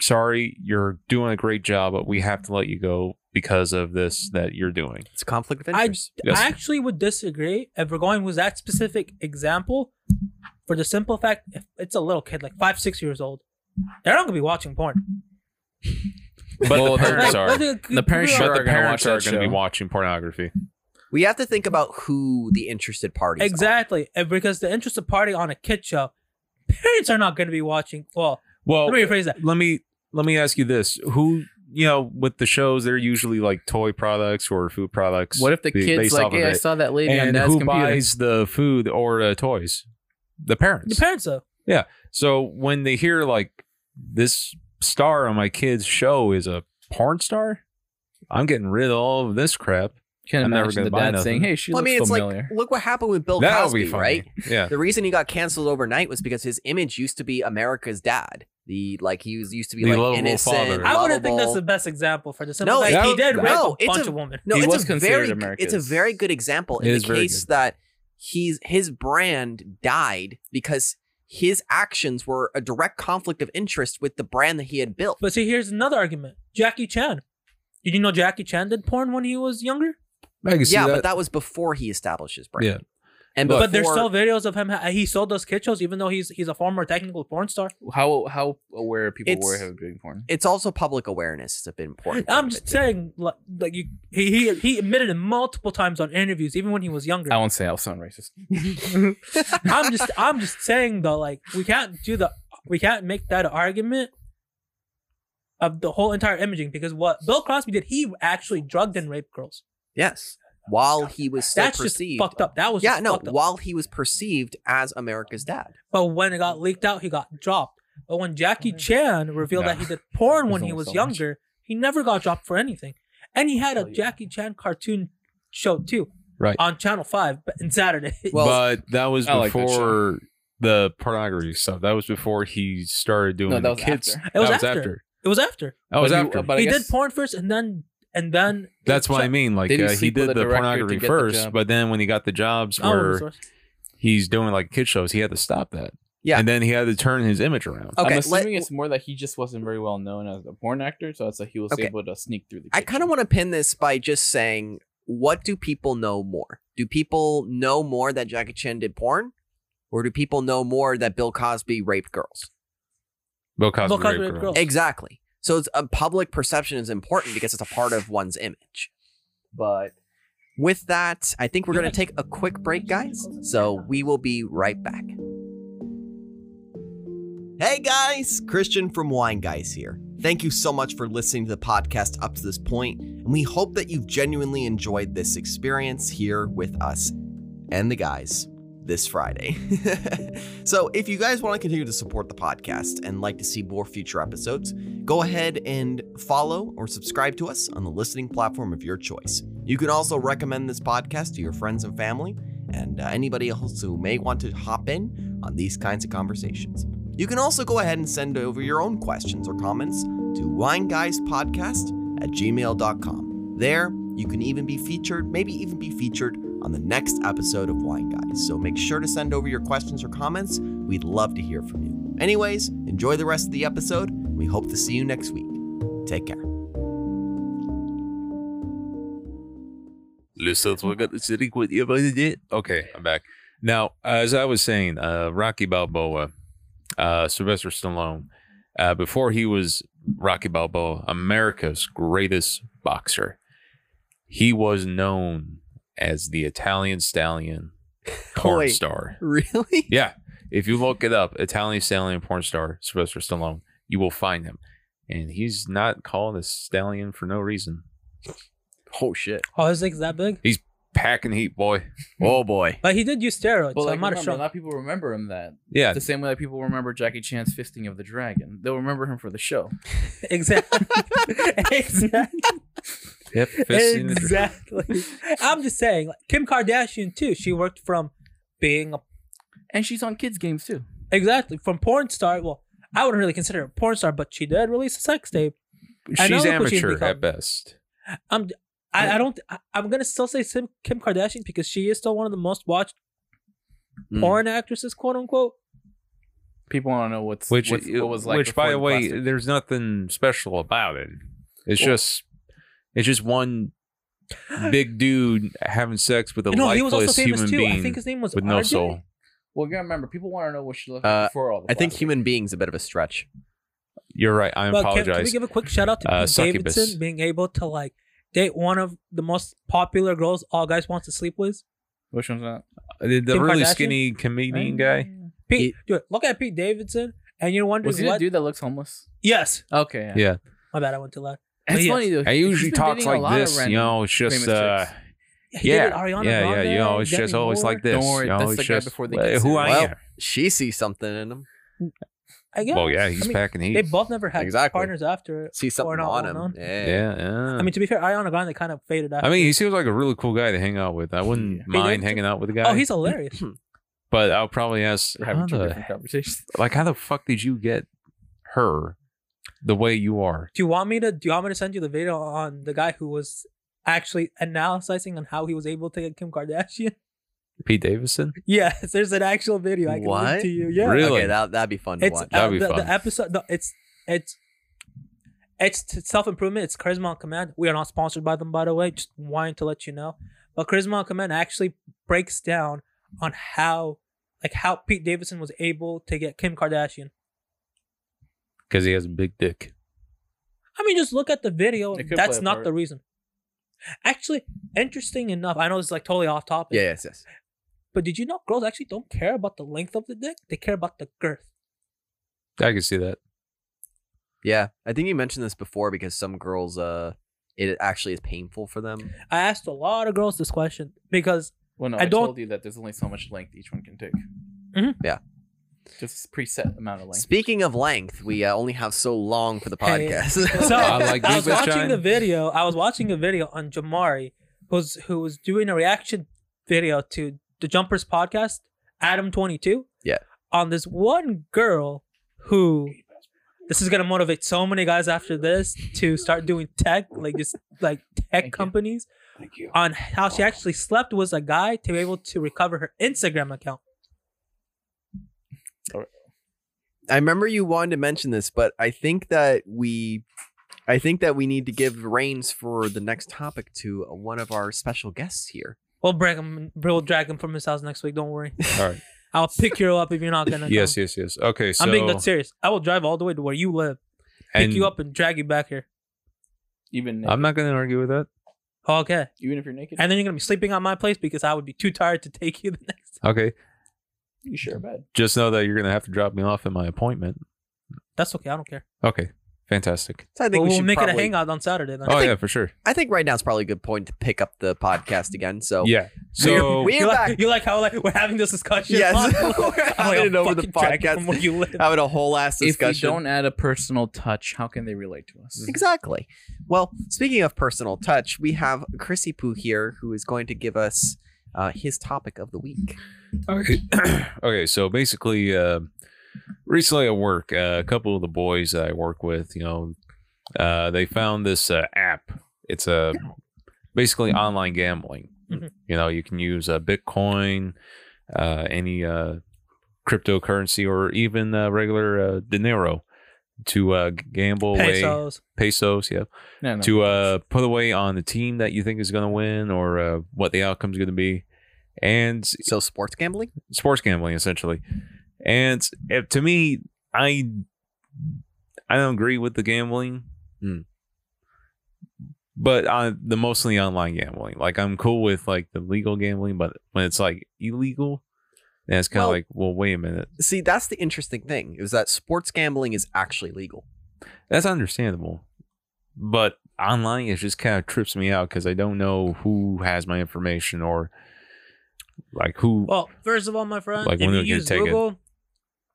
Sorry, you're doing a great job, but we have to let you go because of this that you're doing." it's a conflict of I- interest. Yes. I actually would disagree if we're going with that specific example for the simple fact if it's a little kid, like five, six years old, they're not going to be watching porn. But Well, the they're- parents Like, are. what The parents we sure but are- are the gonna parents watch are that going to be show. watching pornography. we have to think about who the interested parties. are. Exactly. And because the interest of party on a kid show, parents are not going to be watching. Well, Well, let me rephrase that. let me let me ask you this: Who you know with the shows? They're usually like toy products or food products. what if the be- kids based like, off of hey, I it. saw that lady on and dad's who computer. buys the food or uh, toys? The The parents. parents, though. so when they hear like this star on my kid's show is a porn star, I'm getting rid of all of this crap. Can I'm never imagine gonna the buy dad saying, nothing. "Hey, she Well, I looks mean, it's familiar." like look what happened with Bill That'll Cosby, be funny. right? Yeah. The reason he got canceled overnight was because his image used to be America's dad. The like he was used to be The like lovable innocent. father. I wouldn't think that's lovable- the best example for the simple No, fact that he was- did that- rape No, a it's bunch a- of women. No, He it's was a considered very it's a America's- very good example in It the is very case good. that he's his brand died because his actions were a direct conflict of interest with the brand that he had built. But see, here's another argument Jackie Chan. Did you know Jackie Chan did porn when he was younger? I can yeah, but that was before he established his brand. Yeah. And But, before, there's still videos of him. He sold those kid shows, even though he's he's a former technical porn star. how how aware are people It's- were of doing porn? it's also public awareness has been important. part I'm of just it. saying, like, like you, he he he admitted it multiple times on interviews, even when he was younger. I won't say I was sound racist. I'm just I'm just saying though, like we can't do the we can't make that argument of the whole entire imaging because what Bill Crosby did, he actually drugged and raped girls. Yes. While he was still That's just perceived. fucked up. That was yeah, just no, fucked up. while he was perceived as America's dad. But when it got leaked out, he got dropped. But when Jackie Chan revealed Nah. that he did porn There's when he only was so much. younger, he never got dropped for anything. And he had Oh, a yeah. Jackie Chan cartoon show too. Right. On Channel 5 but on Saturday. Well, that was I like that before the pornography stuff. That was before he started doing No, that the was kids. after. It was after. it was after. That was But you- after. but I he guess- did porn first and then and then That's what I Ch- mean. Like Did he uh, he sleep with did a the director to pornography get the first, job? but then when he got the jobs Oh, where resource. he's doing like kid shows, he had to stop that. Yeah. and then he had to turn his image around. Okay, I'm let- assuming it's more that he just wasn't very well known as a porn actor, so it's like he was Okay. able to sneak through the. I kind of want to pin this by just saying, what do people know more? Do people know more that Jackie Chan did porn? Or do people know more that Bill Cosby raped girls? Bill Cosby, Bill Cosby raped raped girls. girls. Exactly. So it's a public perception is important because it's a part of one's image. But with that, I think we're going to take a quick break, guys. So we will be right back. Hey guys, Christian from Wine Guys here. Thank you so much for listening to the podcast up to this point, and we hope that you've genuinely enjoyed this experience here with us and the guys this Friday. so, if you guys want to continue to support the podcast and like to see more future episodes, go ahead and follow or subscribe to us on the listening platform of your choice. You can also recommend this podcast to your friends and family and uh, anybody else who may want to hop in on these kinds of conversations. You can also go ahead and send over your own questions or comments to wineguyspodcast at gmail.com. There, you can even be featured, maybe even be featured on the next episode of Wine Guys. So make sure to send over your questions or comments. We'd love to hear from you. Anyways, enjoy the rest of the episode. We hope to see you next week. Take care. Listeners, we're gonna sitting with you about it. Mm-hmm. Okay, I'm back. Now, as I was saying, uh, Rocky Balboa, uh, Sylvester Stallone, uh, before he was Rocky Balboa, America's greatest boxer, he was known as the Italian Stallion porn wait. star. Really? Yeah, If you look it up, Italian stallion porn star Sylvester Stallone, you will find him, and he's not called a stallion for no reason. Oh shit. Oh, his dick's that big? Packing heat, boy. Oh boy. But he did use steroids, But so like, I'm not remember, a sure. lot of people remember him that. Yeah, The same way that people remember Jackie Chan's fisting of the dragon. They'll remember him for the show. Exactly. exactly. yep. fist in the- exactly. I'm just saying, like, Kim Kardashian too. She worked from being a, And she's on kids games too. exactly from porn star. Well, I wouldn't really consider her a porn star, but she did release a sex tape. I know She's look what she's amateur become. at best. I'm. I, I don't. I, I'm gonna still say Sim, Kim Kardashian because she is still one of the most watched Hmm. Mm. porn actresses, quote unquote. People want to know what's Which, what's, what was like. which by before the way, plastic. there's nothing special about it. It's Well- just, it's just one big dude having sex with a no, he was also lifeless famous human too. being I think his name was with no RJ? soul. well, you gotta remember, people want to know what she looked Uh, like before all the. I think plastic. human beings a bit of a stretch. You're right. I But can, apologize. can we give a quick shout out to Uh, Pete succubus. Davidson being able to like date one of the most popular girls all guys want to sleep with? Which one's that? Uh, The, the Kim really Kardashian? skinny comedian guy. Mm. Pete, dude, look at Pete Davidson, and you're wondering Was he what? the dude that looks homeless? Yes, Okay. Yeah. Yeah. my bad, I went too loud. It's Yes. funny though. I he's usually been talks dating a lot like of this, you random- know, it's just famous uh chicks. He yeah. dated Ariana yeah, Grande, yeah, you know, it's Demi just always Moore. like this. Don't worry, you know, that's it's the guy just before they "Well, get who I Well, am. she sees something in him. I guess. Well, yeah, he's I mean, packing heat. They both never had Exactly. partners after. See something not on well him. known. Yeah. yeah, yeah. I mean, to be fair, Ariana Grande kind of faded out. Hmm. I mean, he seems like a really cool guy to hang out with. I wouldn't mind Davidson? hanging out with the guy. oh, he's hilarious. but I'll probably ask We're how having two the, different conversations. like how the fuck did you get her the way you are? Do you want me to? Do you want me to send you the video on the guy who was actually analyzing on how he was able to get Kim Kardashian? Pete Davidson? Yes, there's an actual video I can What? link to you. Yeah, Really? Okay, that that'd be fun to it's watch. uh, That'd be the, the fun. episode. The, it's it's it's self improvement. It's Charisma on Command. We are not sponsored by them, by the way. Just wanting to let you know. But Charisma on Command actually breaks down on how like how Pete Davidson was able to get Kim Kardashian. Because he has a big dick. I mean, just look at the video. It could play That's a not part. the reason. Actually, interesting enough, I know this is like totally off topic. yeah, yes, yes. But did you know girls actually don't care about the length of the dick? They care about the girth. I can see that. Yeah. I think you mentioned this before because some girls uh it actually is painful for them. I asked a lot of girls this question because Well, no, I, I don't- told you that there's only so much length each one can take. Mhm. Yeah. Just a preset amount of length. Speaking of length, we uh, only have so long for the Hey. podcast. so I I, like was Diva watching Shine. the video. I was watching a video on Jamari, who's who was doing a reaction video to the Jumpers podcast, Adam Twenty Two. Yeah. On this one girl who, this is gonna motivate so many guys after this to start doing tech, like just like tech Thank you. companies, Thank you. on how she actually slept with a guy to be able to recover her Instagram account. I remember you wanted to mention this, but I think that we I think that we need to give reins for the next topic to uh, one of our special guests here. We'll bring him. We'll drag him from his house next week. Don't worry. All right. I'll pick you up if you're not gonna. yes, come. yes, yes. Okay, so I'm being dead serious. I will drive all the way to where you live. pick and you up and drag you back here. Even I'm not gonna argue with that. Okay. even if you're naked, And then you're gonna be sleeping on my place because I would be too tired to take you the next. Okay. you share a bed. Just know that you're gonna have to drop me off at my appointment. That's okay. I don't care. Okay. Fantastic. So I think But we we'll should make probably, it a hangout on Saturday then. Oh think- yeah, for sure. I think right now is probably a good point to pick up the podcast again. So Yeah. So we- you We're like, back. you like how like we're having this discussion? Yes. on- I'm We're like, having I'll it over the fucking drag you podcast. From where you live. having a whole ass discussion. Mm-hmm. If we don't add a personal touch, how can they relate to us? Exactly. Well, speaking of personal touch, we have Chrissy Poo here who is going to give us uh, his topic of the week. Okay. okay. So basically, uh, recently at work, uh, a couple of the boys that I work with, you know, uh, they found this uh, app. It's a basically online gambling. Mhm. You know, you can use uh, Bitcoin, uh, any uh, cryptocurrency, or even uh, regular uh, dinero to uh, g- gamble away Pesos. pesos. Yeah No, no. to uh, put away on the team that you think is going to win or uh, what the outcome's going to be, and s- So, sports gambling? sports gambling essentially. And uh, to me, I I don't agree with the gambling, Hmm. but uh, the mostly online gambling. Like I'm cool with like the legal gambling, but when it's like illegal, And it's kind of Well- like, well, wait a minute. See, that's the interesting thing is that sports gambling is actually legal. That's understandable. But online, it just kind of trips me out because I don't know who has my information or like who. Well, first of all, my friend, Like, if when you they're gonna use take it. Google,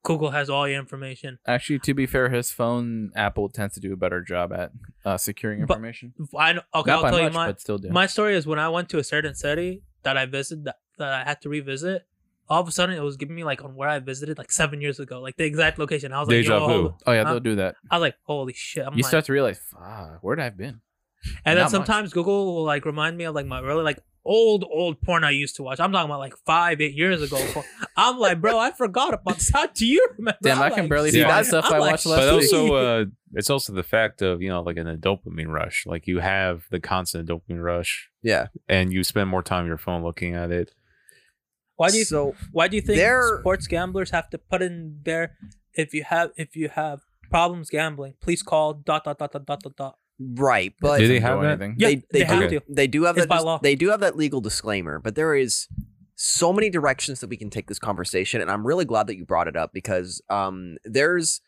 Google has all your information. Actually, to be fair, his phone Apple tends to do a better job at uh, securing But- information. If I know, okay, Not I'll by tell you much, my but still do. my story is when I went to a certain city that I visited that, that I had to revisit. All of a sudden, it was giving me like on where I visited like seven years ago, like the exact location. I was like, Deja Yo, hold- vu. oh yeah, Huh? they'll do that. I was like, holy shit! I'm you like, start to realize, fuck, where'd I've been? and not then much. sometimes Google will like remind me of like my really like old old porn I used to watch. I'm talking about like five eight years ago. I'm like, bro, I forgot about this. How do you remember? Damn, I'm I can like, barely see, find I'm stuff I like, watched last but week. also, uh, it's also the fact of you know like in a dopamine rush. Like you have the constant dopamine rush, Yeah. and you spend more time on your phone looking at it. Why do you so Why do you think They're- sports gamblers have to put in there if you have if you have problems gambling, please call dot dot dot dot dot dot dot. right, but Did Doesn't they do have that? anything. Yeah, they, they they, have do, to. they do have It's that by dis- law. they do have that legal disclaimer, but there is so many directions that we can take this conversation, and I'm really glad that you brought it up because um, there's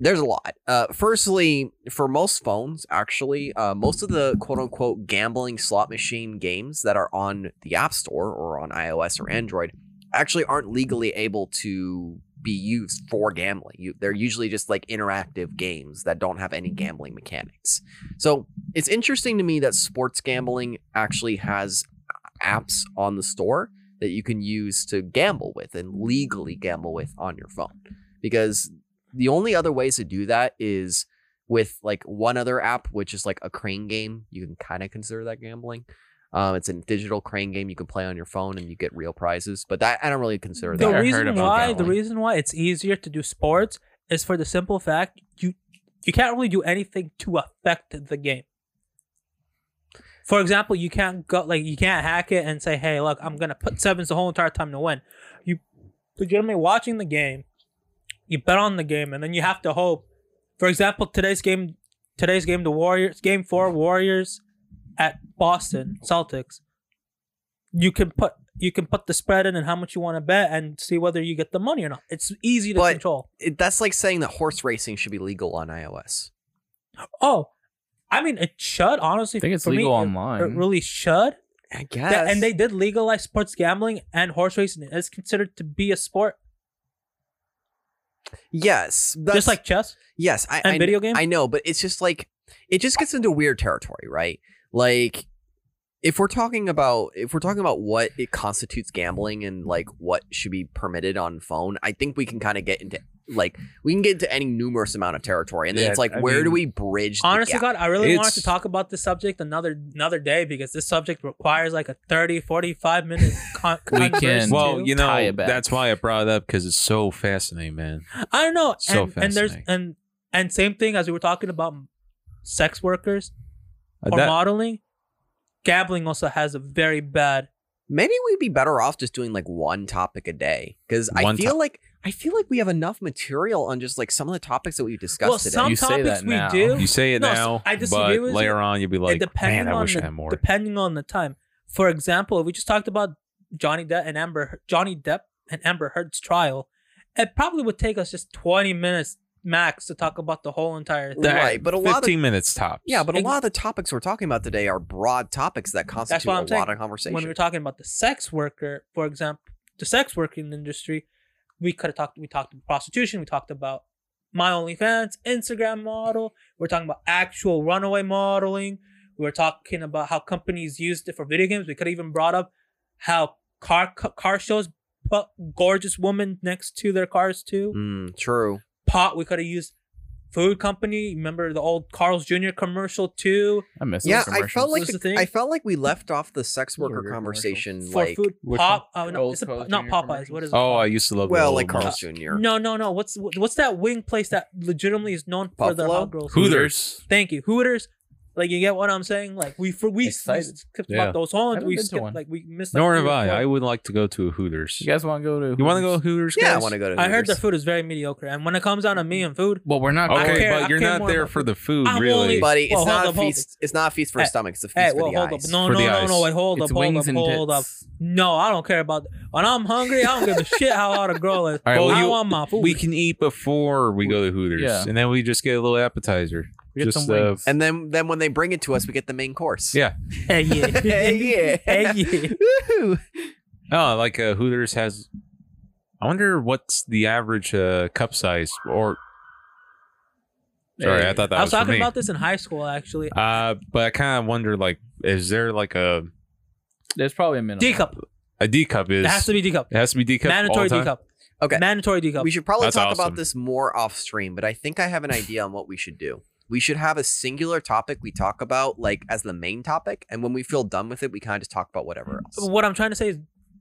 there's a lot. Uh, firstly, for most phones, actually, uh, most of the quote unquote gambling slot machine games that are on the App Store or on iOS or Android actually aren't legally able to be used for gambling. You, they're usually just like interactive games that don't have any gambling mechanics. So it's interesting to me that sports gambling actually has apps on the store that you can use to gamble with and legally gamble with on your phone. Because the only other ways to do that is with like one other app, which is like a crane game. You can kind of consider that gambling. Um, it's a digital crane game you can play on your phone and you get real prizes. But that I don't really consider The I that. heard reason about why that the one. reason why it's easier to do sports is for the simple fact you you can't really do anything to affect the game. For example, you can't go like you can't hack it and say, "Hey, look, I'm gonna put sevens the whole entire time to win." You legitimately watching the game, you bet on the game, and then you have to hope. For example, today's game, today's game, the Warriors, game four, Warriors at Boston Celtics. You can put you can put the spread in and how much you want to bet and see whether you get the money or not. It's easy to But- control. It, that's like saying that horse racing should be legal on iOS. Oh, I mean, it should honestly. I think it's for me, legal it- online. It really should. I guess. That- and they did legalize sports gambling and horse racing is considered to be a sport, yes, that's, just like chess. Yes, I, And I video games? I know, but it's just like it just gets into weird territory, right? Like if we're talking about if we're talking about what it constitutes gambling and like what should be permitted on phone, I think we can kind of get into like we can get into any numerous amount of territory, and then Yeah, it's like I where do mean- we bridge? the Honestly, gap? God, I really wanted to It's- talk about this subject another another day because this subject requires like a 30, 45 minute con- We can- conversation. Well, too. you Tie know it back. that's why I brought it up because it's so fascinating, man. Uh, I don't know. So and, and there's fascinating. and and same thing as we were talking about sex workers or Uh, That- modeling. Gambling also has a very bad. maybe we'd be better off just doing like one topic a day because I One feel like I feel like we have enough material on just like some of the topics that we've discussed Well, today. some You say topics that we now. do. you say it No, so now, I I disagree disagree with but you. later on you'll be It like, depending man, I on wish the, I had more. Depending on the time. For example, if we just talked about Johnny Depp and Amber Johnny Depp and Amber Heard's trial, it probably would take us just twenty minutes max to talk about the whole entire thing. That- Right, but a lot of- 15 minutes tops. Yeah, but a Ex- lot of the topics we're talking about today are broad topics that constitute Mm, what I'm a saying. lot of conversation. When we were talking about the sex worker, for example, the sex working industry, we could have talked. We talked about prostitution. We talked about my OnlyFans, Instagram model. We're talking about actual runaway modeling. We were talking about how companies used it for video games. We could have even brought up how car ca- car shows put gorgeous women next to their cars too. Mm, true. Pot. We could have used food company. Remember the old Carl's Jr. commercial too I miss yeah, those I felt commercials. like What's the the- thing? I felt like we left off the sex Burger worker commercial. conversation for like food. Mm, Which Pop. one? Oh The no, old it's a, Carl's not Jr. Popeyes. What is it? Oh, called? I used to love. well, those like little Carl's commercials. Jr. No, no, no. What's what's that wing place that legitimately is known for their Buffalo? hot girls? Hooters. Thank you, Hooters. Like you get what I'm saying? Like we for we, we Excited. skipped Yeah. Matos Holland, Haven't we been to skipped one. like we missed. like, Nor three have or I. four. I would like to go to a Hooters. You guys want to go to? You want to go to Hooters? Yeah, I guys? want to go to. I heard the Hooters. food is very mediocre, and when it comes down to me and food, Well, we're not. I Okay, going. care- I but you're care not more there about for food. the food, I'm really. only- buddy. It's Well, hold not up, a hold feast. It's not a feast for Hey, a stomach. It's a feast hey, for well, the hold eyes. up, no, For no, the no, eyes. no, wait, hold It's up, hold up, wings and hold up. tits. No, I don't care about. When I'm hungry, I don't give a shit how hot a girl is. All right, Well, I you- want my food. We can eat before we go to Hooters, Yeah. and then we just get a little appetizer. We get just some wings. Uh, And then, then when they bring it to us, we get the main course. Yeah. hey yeah, Hey, yeah. hey yeah. Woohoo. oh, like uh, Hooters has. I wonder what's the average uh, cup size or. Sorry, Hey. I thought that I was was, for talking me. about this in high school actually. uh, but I kind of wonder, like, is there like a There's probably a minimum. D cup. a D cup? Is It has to be D cup. it has to be D cup. Mandatory D cup. Okay. Mandatory D cup. We should probably That's talk awesome. about this more off stream, but I think I have an idea on what we should do. We should have a singular topic we talk about, like as the main topic, and when we feel done with it, we kind of just talk about whatever else. What I'm trying to say is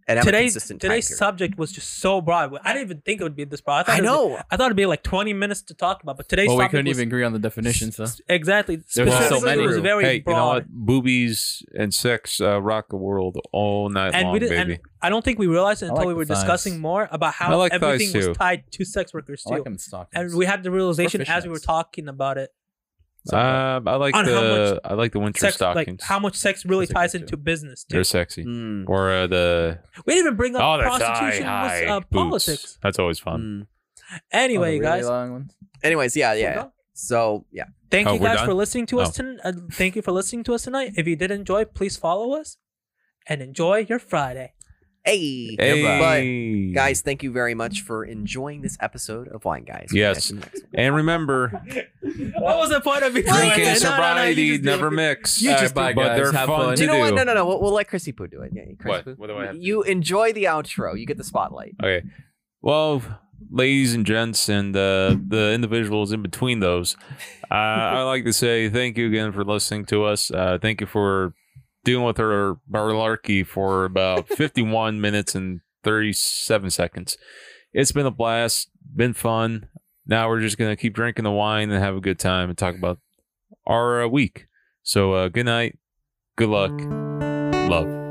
And have a Mm. today's consistent time today's period. subject was just so broad. I didn't even think it would be this broad. I, thought I it would be- know. I thought it'd be like 20 minutes to talk about, but today's Well, we topic couldn't was- even agree on the definition, so s- exactly. There's so Specifically, many. it was very hey, broad. you know what? Boobies and sex uh, rock the world all night And long, we didn't. baby. And I don't think we realized it I until like we the were thighs. discussing more about how I like thighs everything too. was tied to sex workers I too. like them stockings. and we had the realization as we were fishnets. talking about it. Um, I like On how the I like the winter Sex, stockings. like how much sex really Those are ties good, too. into business too. They're sexy. Mm, Or uh, the We didn't even bring up oh, the prostitution was uh, boots. politics. That's always fun. mm. Oh, the Anyway, really guys, long ones? Anyways, yeah, we're yeah. done. So yeah, Thank Oh, you we're guys done? Oh. for listening to us. Ton- uh, thank you for listening to us tonight. If you did enjoy, please follow us, and enjoy your Friday. hey, but Hey. guys, thank you very much for enjoying this episode of Wine Guys. We'll Yes. catch you next one. and remember, What was the point of me doing drink that? No, in no, no, you sobriety, just do it. never mix. You Uh, just do but it, guys. they're Have fun fun. to You know what? do. No, no, no. We'll, we'll let Chrissy Poo do it. Yeah, Chris What? Poo. What do I have to You enjoy the outro. You get the spotlight. Okay. Well, ladies and gents, and uh, the individuals in between those, uh, I'd like to say thank you again for listening to us. Uh, thank you for dealing with our barlarkey for about 51 minutes and 37 seconds. It's been a blast, been fun. Now we're just going to keep drinking the wine and have a good time and talk about our uh, week. So, uh, good night, good luck, love.